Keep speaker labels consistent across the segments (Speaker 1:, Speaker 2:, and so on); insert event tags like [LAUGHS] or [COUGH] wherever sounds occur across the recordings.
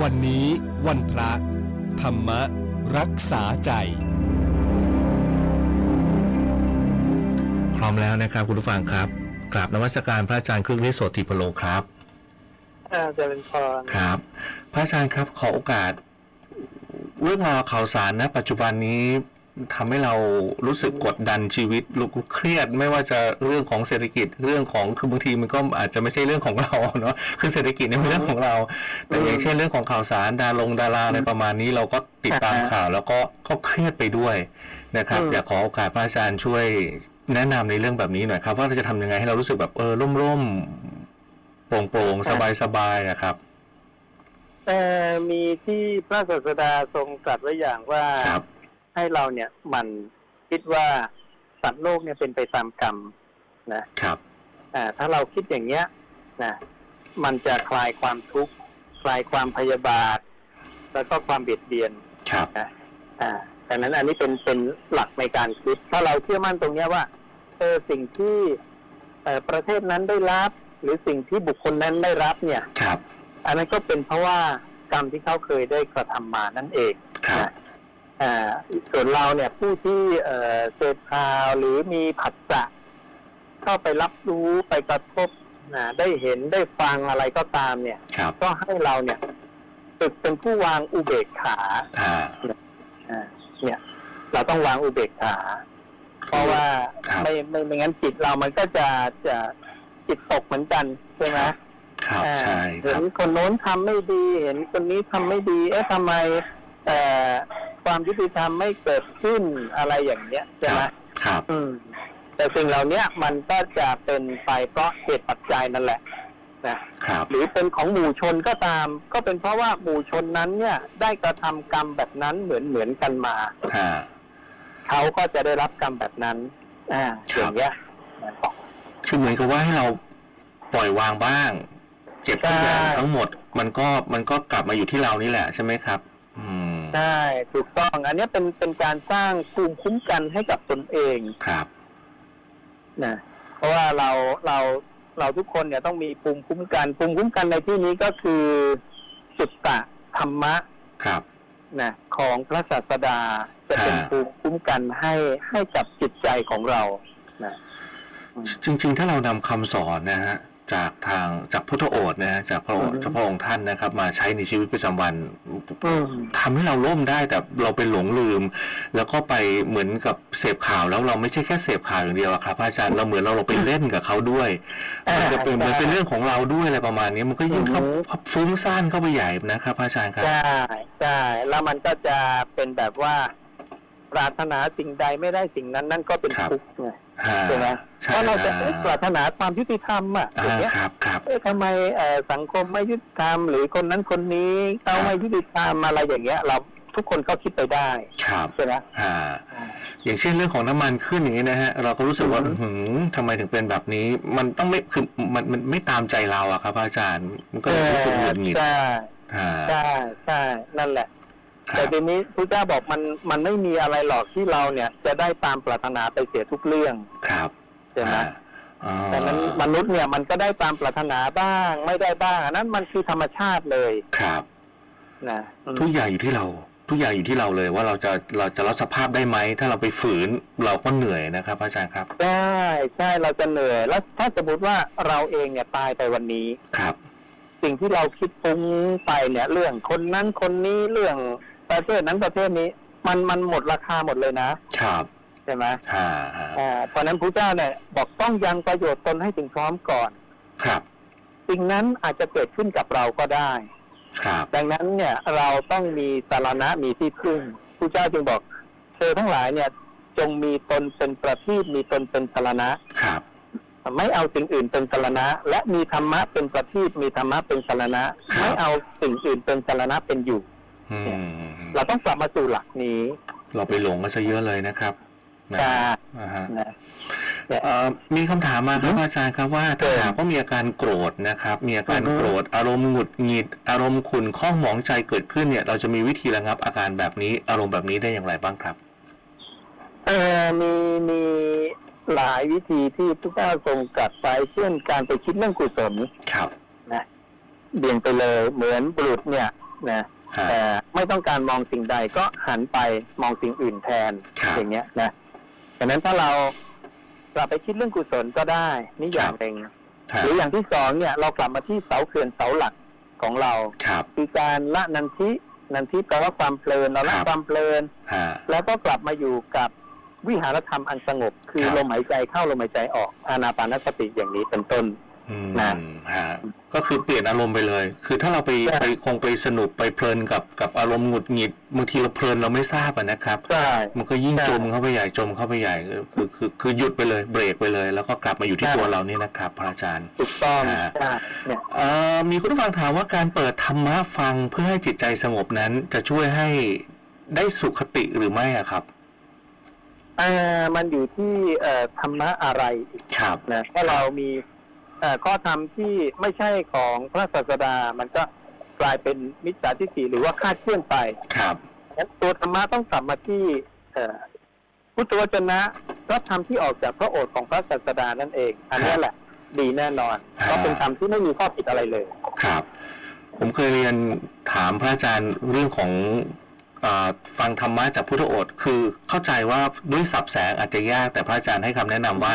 Speaker 1: วันนี้วันพระ ธรรมรักษาใจ
Speaker 2: พร้อมแล้วนะครับคุณผู้ฟังครับกราบนวัสการพระอาจารย์ครึ่งฤทธิ์โสติพโลครับ
Speaker 3: อ่าเจริญพร
Speaker 2: ครับ พระอาจารย์ครับขอโอกาส เรื่องราวข่าวสารนะ ปัจจุบันนี้ทำให้เรารู้สึกกดดันชีวิตรู้เครียดไม่ว่าจะเรื่องของเศรษฐกิจเรื่องของคือบางทีมันก็อาจจะไม่ใช่เรื่องของเรา [LAUGHS] เนาะคือเศรษฐกิจเนี่ยเป็นเรื่องของเรา แต่อย่างเช่นเรื่องของข่าวสารดารงดาราอะไรประมาณนี้เราก็ติดตามข่าว แล้วก็ก็เครียดไปด้วยนะครับ อยากขอโอกาสพระอาจารย์ช่วยแนะนำในเรื่องแบบนี้หน่อยครับ ว่าเราจะทำยังไงให้เรารู้สึกแบบเออร่มๆโปร่งๆสบายๆนะครับ
Speaker 3: แต่มีที่พระศาสดาทรงตรัสไว้อย่างว่า
Speaker 2: ครับ
Speaker 3: ให้เราเนี่ยหมันคิดว่าสัตว์โลกเนี่ยเป็นไปตามกรรมนะครับ อ่าถ้าเราคิดอย่างเงี้ยนะมันจะคลายความทุกข์คลายความพยาบาท แล้วก็ความเบียดเบียน
Speaker 2: ครับ
Speaker 3: อ่าดังนั้นอันนี้เป็นเป็นหลักในการคิด ถ้าเราเชื่อมั่นตรงเนี้ยว่าเออสิ่งที่เอ่อประเทศนั้นได้รับ หรือสิ่งที่บุคคลนั้นได้รับเนี่ย
Speaker 2: ครับ
Speaker 3: อันนั้นก็เป็นเพราะว่ากรรมที่เขาเคยได้กระทำมานั่นเอง
Speaker 2: ครับ
Speaker 3: นะอ่าส่วนเราเนี่ยผู้ที่เอ่อเสพข่าวหรือมีผัสสะเข้าไปรับรู้ไปกระทบนะได้เห็นได้ฟังอะไรก็ตามเนี่ย
Speaker 2: ครับ
Speaker 3: ก็ให้เราเนี่ยฝึกเป็นผู้วางอุเบกขา
Speaker 2: อ่า
Speaker 3: อ่าเนี่ย เราต้องวางอุเบกขา เพราะว่า
Speaker 2: ครับ
Speaker 3: ไม่ไม่ไม่งั้นจิตเรามันก็จะจะจิตตกเหมือนกันใช่ไหม
Speaker 2: ครับ
Speaker 3: อ่า
Speaker 2: ใช่ค
Speaker 3: เห็
Speaker 2: รั
Speaker 3: น
Speaker 2: บ
Speaker 3: คนโน้นทำไม่ดี เห็นคนนี้ทำไม่ดี เอ๊ะทำไมเอ่อความยุติธรรมไม่เกิดขึ้นอะไรอย่างเนี้ยใช่ไหม
Speaker 2: ครับ
Speaker 3: อืม แต่สิ่งเหล่าเนี้ยมันก็จะเป็นไปเพราะเหตุปัจจัยนั่นแหละนะครับหรือเป็นของหมู่ชนก็ตาม ก็เป็นเพราะว่าหมู่ชนนั้นเนี่ย ได้กระทำกรรมแบบนั้นเหมือนเหมือนกันมา
Speaker 2: อ่า
Speaker 3: เขาก็จะได้รับกรรมแบบนั้น อ่า
Speaker 2: ครับ
Speaker 3: อย่างเงี้ยนะ
Speaker 2: คือเหมือนกับว่าให้เราปล่อยวางบ้าง เจ็บทุกอย่างทั้งหมด มันก็มันก็กลับมาอยู่ที่เรานี่แหละใช่ไหมครับ อืม
Speaker 3: ใช่ถูกต้อง อันเนี้ยเป็นเป็นการสร้างภูมิคุ้มกันให้กับตนเอง
Speaker 2: ครับ
Speaker 3: นะเพราะว่าเราเราเราทุกคนเนี่ยต้องมีภูมิคุ้มกันภูมิคุ้มกันในที่นี้ก็คือสุตตะธรรมะ
Speaker 2: ครับ
Speaker 3: นะของพระศาสดาจะเป็น
Speaker 2: อ่า
Speaker 3: ภูมิคุ้มกันให้ให้กับจิตใจของเรา
Speaker 2: จริงๆ ถ้าเรานำคำสอนนะฮะจากทางจากพุทธโอษฐ์นะฮะจากพระองค์
Speaker 3: อือฮึ
Speaker 2: จากพระองค์ท่านนะครับ มาใช้ในชีวิตประจำวัน
Speaker 3: อืม
Speaker 2: ทำให้เราล่มได้แต่เราไปหลงลืม แล้วก็ไปเหมือนกับเสพข่าวแล้วเราไม่ใช่แค่เสพข่าวอย่างเดียวอะครับพระอาจารย์เราเหมือนเราเราไปเล่นกับเขาด้วย
Speaker 3: อ่ามั
Speaker 2: มันจะเป็น
Speaker 3: ใช่
Speaker 2: มันเป็นเรื่องของเราด้วยอะไรประมาณนี้มันก็ยิ่งเข้า
Speaker 3: อือฮึ
Speaker 2: ฟุ้งซ่านเข้าไปใหญ่นะครับพระอาจารย์ครับ
Speaker 3: ใช่ใช่แล้วมันก็จะเป็นแบบว่า ปรารถนาสิ่งใดไม่ได้สิ่งนั้น นั่นก็เป็นทุกข์ไง
Speaker 2: อ่า
Speaker 3: ใช่ไหม
Speaker 2: ใช่
Speaker 3: เพราะเราจะ
Speaker 2: ฮ
Speaker 3: เอ๊ะปรารถนาความยุติธรรมอ่ะอย่าง
Speaker 2: อ่า
Speaker 3: เงี้ย
Speaker 2: ครับครับ
Speaker 3: เอ๊ะทำไมเอ่อสังคมไม่ยุติธรรมหรือคนนั้นคนนี้เขาไม่ยุติธรรมอะไรอย่างเงี้ย เราทุกคนก็คิดไปได้
Speaker 2: ครับ
Speaker 3: ใช่ไหม
Speaker 2: อ่า อย่างเช่นเรื่องของน้ำมันขึ้นอย่างนี้นะฮะเราก็รู้สึกว่า
Speaker 3: อือหือ
Speaker 2: หืมทำไมถึงเป็นแบบนี้ มันต้องไม่คือมันมันไม่ตามใจเราอะครับอาจารย์มันก็
Speaker 3: เอ
Speaker 2: เลย
Speaker 3: อ
Speaker 2: รู้สึกหงุดหงิด
Speaker 3: ใช่
Speaker 2: อ่า
Speaker 3: ใช่ใช่นั่นแหละ
Speaker 2: ค
Speaker 3: แต่
Speaker 2: รับ
Speaker 3: ทีนี้พระเจ้าบอกมันมันไม่มีอะไรหรอกที่เราเนี่ย จะได้ตามปรารถนาไปเสียทุกเรื่อง
Speaker 2: ครับ
Speaker 3: ใช่ไหม
Speaker 2: อ่าอ๋อ
Speaker 3: แต่นั้นมนุษย์เนี่ยมันก็ได้ตามปรารถนาบ้าง ไม่ได้บ้างอันนั้นมันคือธรรมชาติเลย
Speaker 2: ครับ
Speaker 3: นะอืม
Speaker 2: ทุกอย่างอยู่ที่เรา ทุกอย่างอยู่ที่เราเลยว่าเราจะเราจะรับสภาพได้ไหมถ้าเราไปฝืนเราก็เหนื่อยนะครับอาจารย์ครับ
Speaker 3: ใช่ใช่เราจะเหนื่อย แล้วถ้าสมมติว่าเราเองเนี่ยตายไปวันนี้
Speaker 2: ครับ
Speaker 3: สิ่งที่เราคิดฟุ้งไปเนี่ย เรื่องคนนั้นคนนี้เรื่องประเทศนั้นประเทศนี้ มันมันหมดราคาหมดเลยนะครับ ใช่ไหม
Speaker 2: อ่าอ่า
Speaker 3: อ่าเพราะฉะนั้นพระเจ้าเนี่ย บอกต้องยังประโยชน์ตนให้ถึงพร้อมก่อน
Speaker 2: ครับ
Speaker 3: สิ่งนั้นอาจจะเกิดขึ้นกับเราก็ได้
Speaker 2: ครับ
Speaker 3: ดังนั้นเนี่ยเราต้องมีสารณะมีที่พึ่งพระเจ้าจึงบอกเธอทั้งหลายเนี่ย จงมีตนเป็นประทีปมีตนเป็นสารณะ
Speaker 2: ครับ
Speaker 3: ไม่เอาสิ่งอื่นเป็นสารณะ และมีธรรมะเป็นประทีปมีธรรมะเป็นสารณะ ไม่เอาสิ่งอื่นเป็นสารณะเป็นอยู่
Speaker 2: อืม
Speaker 3: เราต้องกลับมาสู่หลักนี้
Speaker 2: เราไปหลงกันซะเยอะเลยนะครับนะ
Speaker 3: ค่ะ
Speaker 2: อ่าฮะ
Speaker 3: นะ
Speaker 2: เอ่อมีคำถามมาครับ
Speaker 3: อือฮึ
Speaker 2: อาจารย์ครับว่าถ้าหากว่ามีอาการโกรธนะครับ มีอาการ
Speaker 3: อือฮึ
Speaker 2: โกรธ อารมณ์หงุดหงิด อารมณ์ขุ่นข้องหมองใจเกิดขึ้นเนี่ย เราจะมีวิธีระงับอาการแบบนี้ อารมณ์แบบนี้ได้อย่างไรบ้างครับ
Speaker 3: เออมีมีหลายวิธีที่พระเจ้าทรงกลัดไปเช่นการไปคิดเรื่องกุศล
Speaker 2: ครับ
Speaker 3: เบี่ยงไปเลย เหมือนบุรุษเนี่ย นะ
Speaker 2: ฮะ
Speaker 3: แต่ไม่ต้องการมองสิ่งใดก็หันไปมองสิ่งอื่นแทน
Speaker 2: ครับ
Speaker 3: อย่างเงี้ยนะดังนั้นถ้าเรากลับไปคิดเรื่องกุศลก็ได้นี่อย่างหนึ่ง
Speaker 2: ฮะ
Speaker 3: หรืออย่างที่สองเนี่ย เรากลับมาที่เสาเขื่อนเสาหลักของเรา
Speaker 2: ครับ
Speaker 3: คือการละนันทินันทิแปลว่าความเพลินเราละความเพลิน
Speaker 2: ฮะ
Speaker 3: แล้วก็กลับมาอยู่กับวิหารธรรมอันสงบ คือ
Speaker 2: ครับ
Speaker 3: ลมหายใจเข้าลมหายใจออกอานาปานสติอย่างนี้เป็นต้น
Speaker 2: อืม
Speaker 3: นะ
Speaker 2: ฮะก็คือเปลี่ยนอารมณ์ไปเลย คือถ้าเราไป
Speaker 3: ใช่
Speaker 2: ไปคงไปสนุกไปเพลินกับกับอารมณ์หงุดหงิดบางทีเราเพลินเราไม่ทราบอะนะครับ
Speaker 3: ใช่
Speaker 2: มันก็ยิ่ง
Speaker 3: ใช่
Speaker 2: จมเข้าไปใหญ่จมเข้าไปใหญ่คือคือคือคือหยุดไปเลยเบรกไปเลย แล้วก็กลับมาอยู่ที่
Speaker 3: ใช่
Speaker 2: ตัวเรานี่นะครับพระอาจารย์
Speaker 3: ถูกต้อง
Speaker 2: ฮะ
Speaker 3: ใช่เนี่ย
Speaker 2: เอ่อมีคุณผู้ฟังถามว่าการเปิดธรรมะฟังเพื่อให้จิตใจสงบนั้น จะช่วยให้ได้สุขคติหรือไม่อะครับ
Speaker 3: อ่ามันอยู่ที่เอ่อธรรมะอะไรอีก
Speaker 2: ครับ
Speaker 3: นะถ้าเรามีเอ่อข้อธรรมที่ไม่ใช่ของพระศาสดา มันก็กลายเป็นมิจฉาทิฏฐิหรือว่าคลาดเคลื่อนไป
Speaker 2: ครับ
Speaker 3: งั้นตัวธรรมะต้องกลับมาที่เอ่อพุทธวจนะพระธรรมที่ออกจากพระโอษฐ์ของพระศาสดานั่นเอง อันนี้แหละ ดีแน่นอน
Speaker 2: ครับ
Speaker 3: เพราะเป็นธรรมที่ไม่มีข้อผิดอะไรเลย
Speaker 2: ครับ ผมเคยเรียนถามพระอาจารย์เรื่องของเออฟังธรรมะจากพุทธโอษฐ์คือเข้าใจว่าด้วยสับแสงอาจจะยาก แต่พระอาจารย์ให้คำแนะนำว่า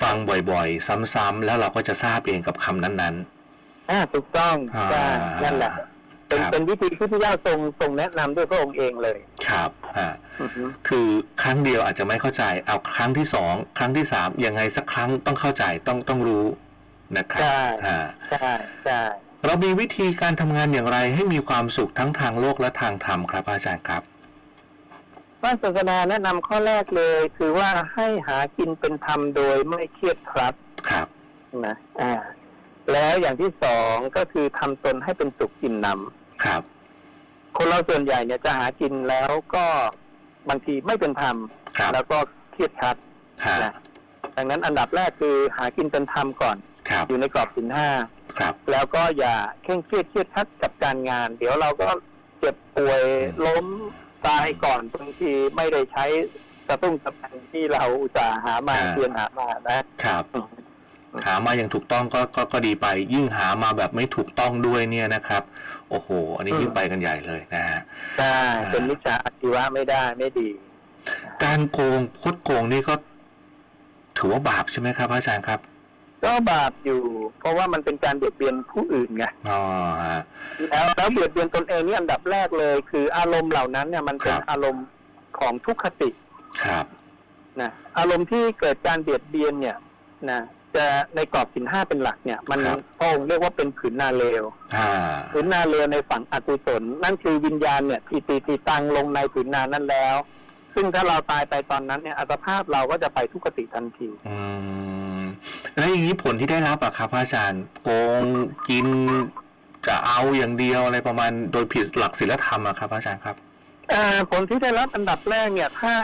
Speaker 2: ฟังบ่อยๆ ซ้ำๆแล้วเราก็จะทราบเองกับคำนั้น
Speaker 3: อ่าถูกต้อง
Speaker 2: ๆอ่า
Speaker 3: ใช่นั่นแหละ เป็น
Speaker 2: ครับ
Speaker 3: เป็นวิธีที่พระเจ้าทรงทรงแนะนำด้วยพระองค์เองเลย
Speaker 2: ครับอ่า
Speaker 3: อือฮึ
Speaker 2: คือครั้งเดียวอาจจะไม่เข้าใจ เอาครั้งที่สองครั้งที่สามยังไงสักครั้งต้องเข้าใจต้องต้องรู้นะครับ
Speaker 3: ใช่
Speaker 2: อ่า
Speaker 3: ใช่ใช่
Speaker 2: เรามีวิธีการทำงานอย่างไรให้มีความสุขทั้งทางโลกและทางธรรมครับอาจารย์ครับ
Speaker 3: พระศาสดาแนะนำข้อแรกเลย คือว่าให้หากินเป็นธรรมโดยไม่เครียดครับ
Speaker 2: ครับ
Speaker 3: นะอ่า แล้วอย่างที่สองก็คือทำตนให้เป็นสุขอิ่มหนำ
Speaker 2: ครับ
Speaker 3: คนเราส่วนใหญ่เนี่ยจะหากินแล้วก็บางทีไม่เป็นธรรม
Speaker 2: ครับ
Speaker 3: แล้วก็เครียดครัด
Speaker 2: ฮะ
Speaker 3: นะดังนั้นอันดับแรกคือหากินเป็นธรรมก่อน
Speaker 2: ครับ
Speaker 3: อยู่ในกรอบสินห้า
Speaker 2: ครับ
Speaker 3: แล้วก็อย่าเคร่งเครียดเครียดครัดกับการงาน เดี๋ยวเราก็เจ็บป่วยล้มตายก่อนบางทีไม่ได้ใช้กระตุ้งกระตังที่เราอุตส่าห์หามา
Speaker 2: อ่า
Speaker 3: เพียนหามานะครับ
Speaker 2: หามาอย่างถูกต้องก็ก็ก็ดีไป ยิ่งหามาแบบไม่ถูกต้องด้วยเนี่ยนะครับ โอ้โห อันนี้ยิ่งไปกันใหญ่เลยนะฮะ
Speaker 3: ใช่เป็นมิจฉาอาชีวะไม่ได้ไม่ดี
Speaker 2: การโกงคดโกงนี่ก็ ถือว่าบาปใช่ไหมครับพระอาจารย์ครับ
Speaker 3: ก็บาปอยู่ เพราะว่ามันเป็นการเบียดเบียนผู้อื่นไง
Speaker 2: อ๋อฮะ
Speaker 3: แล้วแล้วเบียดเบียนตนเองนี่อันดับแรกเลย คืออารมณ์เหล่านั้นเนี่ยมันเป็น
Speaker 2: ครับ
Speaker 3: อารมณ์ของทุกขติ
Speaker 2: ครับ
Speaker 3: นะอารมณ์ที่เกิดการเบียดเบียนเนี่ยนะจะในกรอบสินห้าเป็นหลักเนี่ย มัน
Speaker 2: ครับ
Speaker 3: พระองค์เรียกว่าเป็นผืนนาเลว
Speaker 2: อ่า
Speaker 3: ผืนนาเลวในฝั่งอกุศลนั่นคือวิญญาณเนี่ยทีตีทีตังลงในผืนนานั้นแล้ว ซึ่งถ้าเราตายไปตอนนั้นเนี่ยอัตภาพเราก็จะไปทุกขติทันที
Speaker 2: อืม แล้วอย่างนี้ผลที่ได้รับอะครับพระอาจารย์ โกงกินจะเอาอย่างเดียวอะไรประมาณ โดยผิดหลักศีลธรรมอะครับพระอาจารย์ครับ
Speaker 3: เอ่อผลที่ได้รับอันดับแรกเนี่ย ถ้า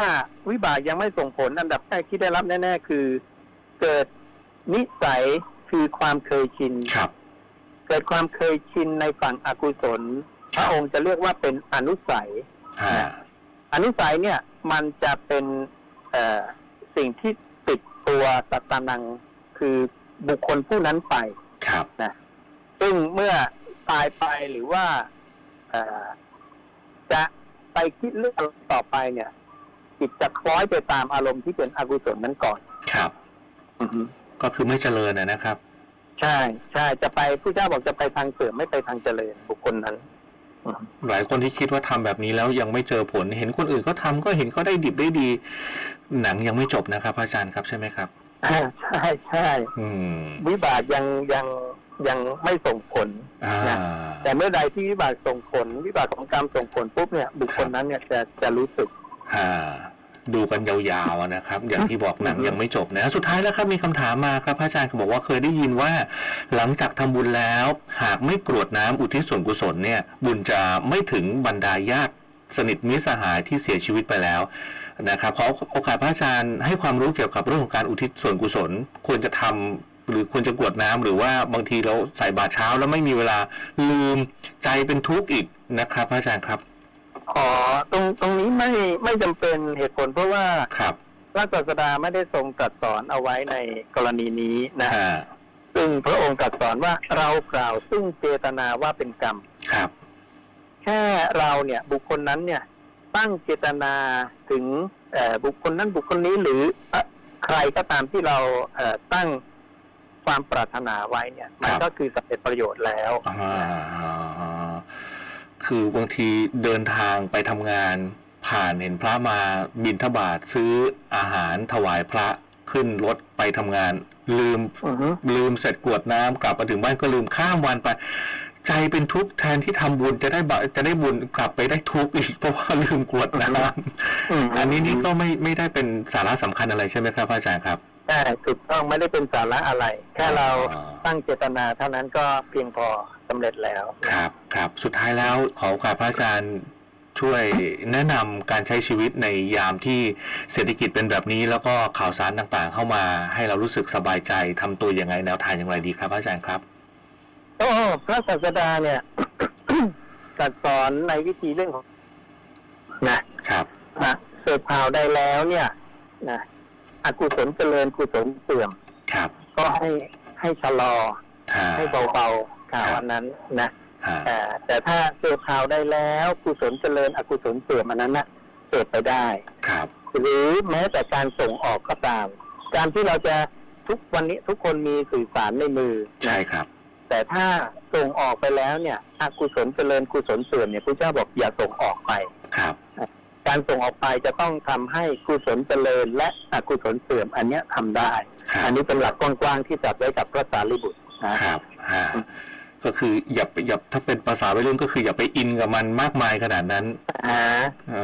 Speaker 3: วิบากยังไม่ส่งผลอันดับแรกที่ได้รับแน่ ๆ คือ เกิดนิสัยคือความเคยชิน
Speaker 2: ครับ
Speaker 3: เกิดความเคยชินในฝั่งอกุศล
Speaker 2: ค
Speaker 3: พ
Speaker 2: รั
Speaker 3: ระ
Speaker 2: บ
Speaker 3: องค์จะเรียกว่าเป็นอนุสัย
Speaker 2: ฮะ
Speaker 3: อนุสัยเนี่ยมันจะเป็นเอ่อสิ่งที่ติดตัวสัตตานังคือบุคคลผู้นั้นไป
Speaker 2: ครับ
Speaker 3: ซึ่งเมื่อตายไปหรือว่าเอ่อจะไปคิดเรื่องอะไรต่อไปเนี่ยจิตจะคล้อยไปตามอารมณ์ที่เป็นอกุศลนั้นก่อน
Speaker 2: ครับ ก็คือไม่เจริญอะนะครับ
Speaker 3: ใช่ใช่จะไปผู้เจ้าบอกจะไปทางเสื่อมไม่ไปทางเจริญบุคคลนั้น [LAUGHS]
Speaker 2: หลายคนที่คิดว่าทำแบบนี้แล้วยังไม่เจอผล เห็นคนอื่นเขาทำก็เห็นเขาได้ดิบได้ดี หนังยังไม่จบนะครับพระอาจารย์ครับใช่ไหมครับ
Speaker 3: ใช่ใช่
Speaker 2: อืม
Speaker 3: วิบากยังยังยังไม่ส่งผล
Speaker 2: อ่า
Speaker 3: แต่เมื่อใดที่วิบากส่งผล วิบากของกรรมส่งผลปุ๊บเนี่ย บุคคลนั้นเนี่ยจะจะรู้สึก
Speaker 2: อ่า ดูกันยาวๆอะนะครับ อย่างที่บอกหนังยังไม่จบนะสุดท้ายแล้วครับมีคำถามมาครับพระอาจารย์ก็บอกว่าเคยได้ยินว่า หลังจากทำบุญแล้ว หากไม่กรวดน้ำอุทิศส่วนกุศลเนี่ย บุญจะไม่ถึงบรรดาญาติสนิทมิตรสหายที่เสียชีวิตไปแล้วนะครับขอโอกาสพระอาจารย์ให้ความรู้เกี่ยวกับเรื่องของการอุทิศส่วนกุศล ควรจะทำหรือควรจะกรวดน้ำหรือว่าบางทีเราใส่บาตรเช้าแล้วไม่มีเวลาลืมใจเป็นทุกข์อีกนะครับ พระอาจารย์ครับ
Speaker 3: ขอตรงตรงนี้ไม่ไม่จำเป็นเหตุผลเพราะว่า
Speaker 2: ครับ
Speaker 3: พระศาสดาไม่ได้ทรงตรัสสอนเอาไว้ในกรณีนี้นะ
Speaker 2: อ่า
Speaker 3: ซึ่งพระองค์ตรัสสอนว่าเรากล่าวซึ่งเจตนาว่าเป็นกรรม
Speaker 2: ครับ
Speaker 3: แค่เราเนี่ยบุคคลนั้นเนี่ยตั้งเจตนาถึงเอ่อบุคคลนั้นบุคคลนี้หรือเอ่อใครก็ตามที่เราเอ่อตั้งความปรารถนาไว้เนี่ยมัน
Speaker 2: ครับ
Speaker 3: ก็คือสำเร็จประโยชน์แล้ว
Speaker 2: อ่าคือบางทีเดินทางไปทำงานผ่านเห็นพระมาบินทบาทซื้ออาหารถวายพระขึ้นรถไปทำงาน ลืม
Speaker 3: อือฮึ
Speaker 2: ลืมเสร็จกรวดน้ำกลับมาถึงบ้านก็ลืมข้ามวันไป ใจเป็นทุกข์แทนที่ทำบุญจะได้บะจะได้บุญกลับไปได้ทุกข์อี [LAUGHS] กเพราะว่าลืมกรวดน้
Speaker 3: อืม
Speaker 2: ำอันนี้นี่ก็ไม่ไม่ได้เป็นสาระสำคัญอะไรใช่ไหมครับพระอาจารย์ครับ
Speaker 3: ใช่ถูกต้องไม่ได้เป็นสาระอะไร แค่เรา
Speaker 2: อ่า
Speaker 3: ตั้งเจตนาเท่านั้นก็เพียงพอสำเร็จแล้ว
Speaker 2: ครับครับสุดท้ายแล้วขอโอกาสพระอาจารย์ช่วยแนะนำการใช้ชีวิตในยามที่เศรษฐกิจเป็นแบบนี้ แล้วก็ข่าวสารต่างๆ เข้ามาให้เรารู้สึกสบายใจทำตัวยังไงแนวทางอย่างไรดีครับพระอาจารย์ครับ
Speaker 3: โอ้พระศาสดาเนี่ย [COUGHS] ตรัดสอนในวิธีเรื่องของนะครับ นะเสพข่าวได้แล้วเนี่ยนะอกุศลเจริญกุศลเสื่อม
Speaker 2: ครับ
Speaker 3: ก็ให้ให้ชะลอ
Speaker 2: ฮะ
Speaker 3: ให้เบาๆข่าวอันนั้นนะ
Speaker 2: ฮะ
Speaker 3: เอ่อแต่ถ้าเสพข่าวได้แล้วกุศลเจริญ อกุศลเสื่อมอันนั้นนะเสพไปได้
Speaker 2: ครับ
Speaker 3: หรือแม้แต่การส่งออกก็ตาม การที่เราจะทุกวันนี้ทุกคนมีสื่อสารในมือนะ
Speaker 2: ใช่ครับ
Speaker 3: แต่ถ้าส่งออกไปแล้วเนี่ยอกุศลเจริญกุศลเสื่อมเนี่ยพระเจ้าบอกอย่าส่งออกไป
Speaker 2: ครับ
Speaker 3: การส่งออกไปจะต้องทำให้กุศลเจริญ และอกุศลเสื่อมอันเนี้ยทำได้
Speaker 2: ครั
Speaker 3: อั
Speaker 2: บ
Speaker 3: นนี้เป็นหลักกว้างๆที่จับไว้กับพระสารีบุตรนะ
Speaker 2: ครับฮะก็คืออย่าอย่าถ้าเป็นภาษาวัยรุ่นก็คืออย่าไปอินกับมันมากมายขนาดนั้นเอ่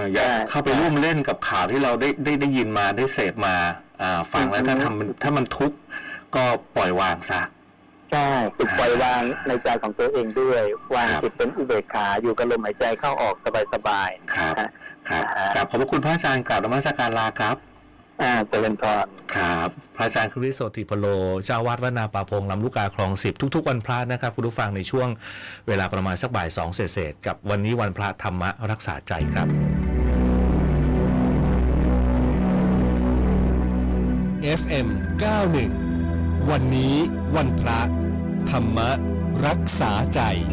Speaker 2: ออย่า
Speaker 3: ใช่
Speaker 2: เข้าไปร่วมเล่นกับข่าวที่เราได้ได้ได้ยินมาได้เสพมาอ่าฟังแล้วถ้า
Speaker 3: อือฮึ
Speaker 2: ทำมันถ้ามันทุกข์ก็ปล่อยวางซะ
Speaker 3: ใช่ฝึกปล่อยวางในใจของตัวเองด้วย วาง
Speaker 2: ครับ
Speaker 3: จิตเป็นอุเบกขาอยู่กับลมหายใจเข้าออกสบาย
Speaker 2: ครับ
Speaker 3: ฮะ
Speaker 2: ครับ
Speaker 3: ฮะ
Speaker 2: กราบขอบพระคุณพระอาจารย์กราบนมัสการลาครับ
Speaker 3: ๆอ่าเจริญพร
Speaker 2: ครับพระอาจารย์คริสโสติพโลเจ้าวาดวัดนาป่าพงลำลูกกาคลองสิบทุก ๆ วันพระนะครับคุณผู้ฟังในช่วงเวลาประมาณสักบ่ายสองเศษๆกับวันนี้วันพระธรรมรักษาใจครับ
Speaker 1: FM 91 วันนี้วันพระ ธรรมรักษาใจ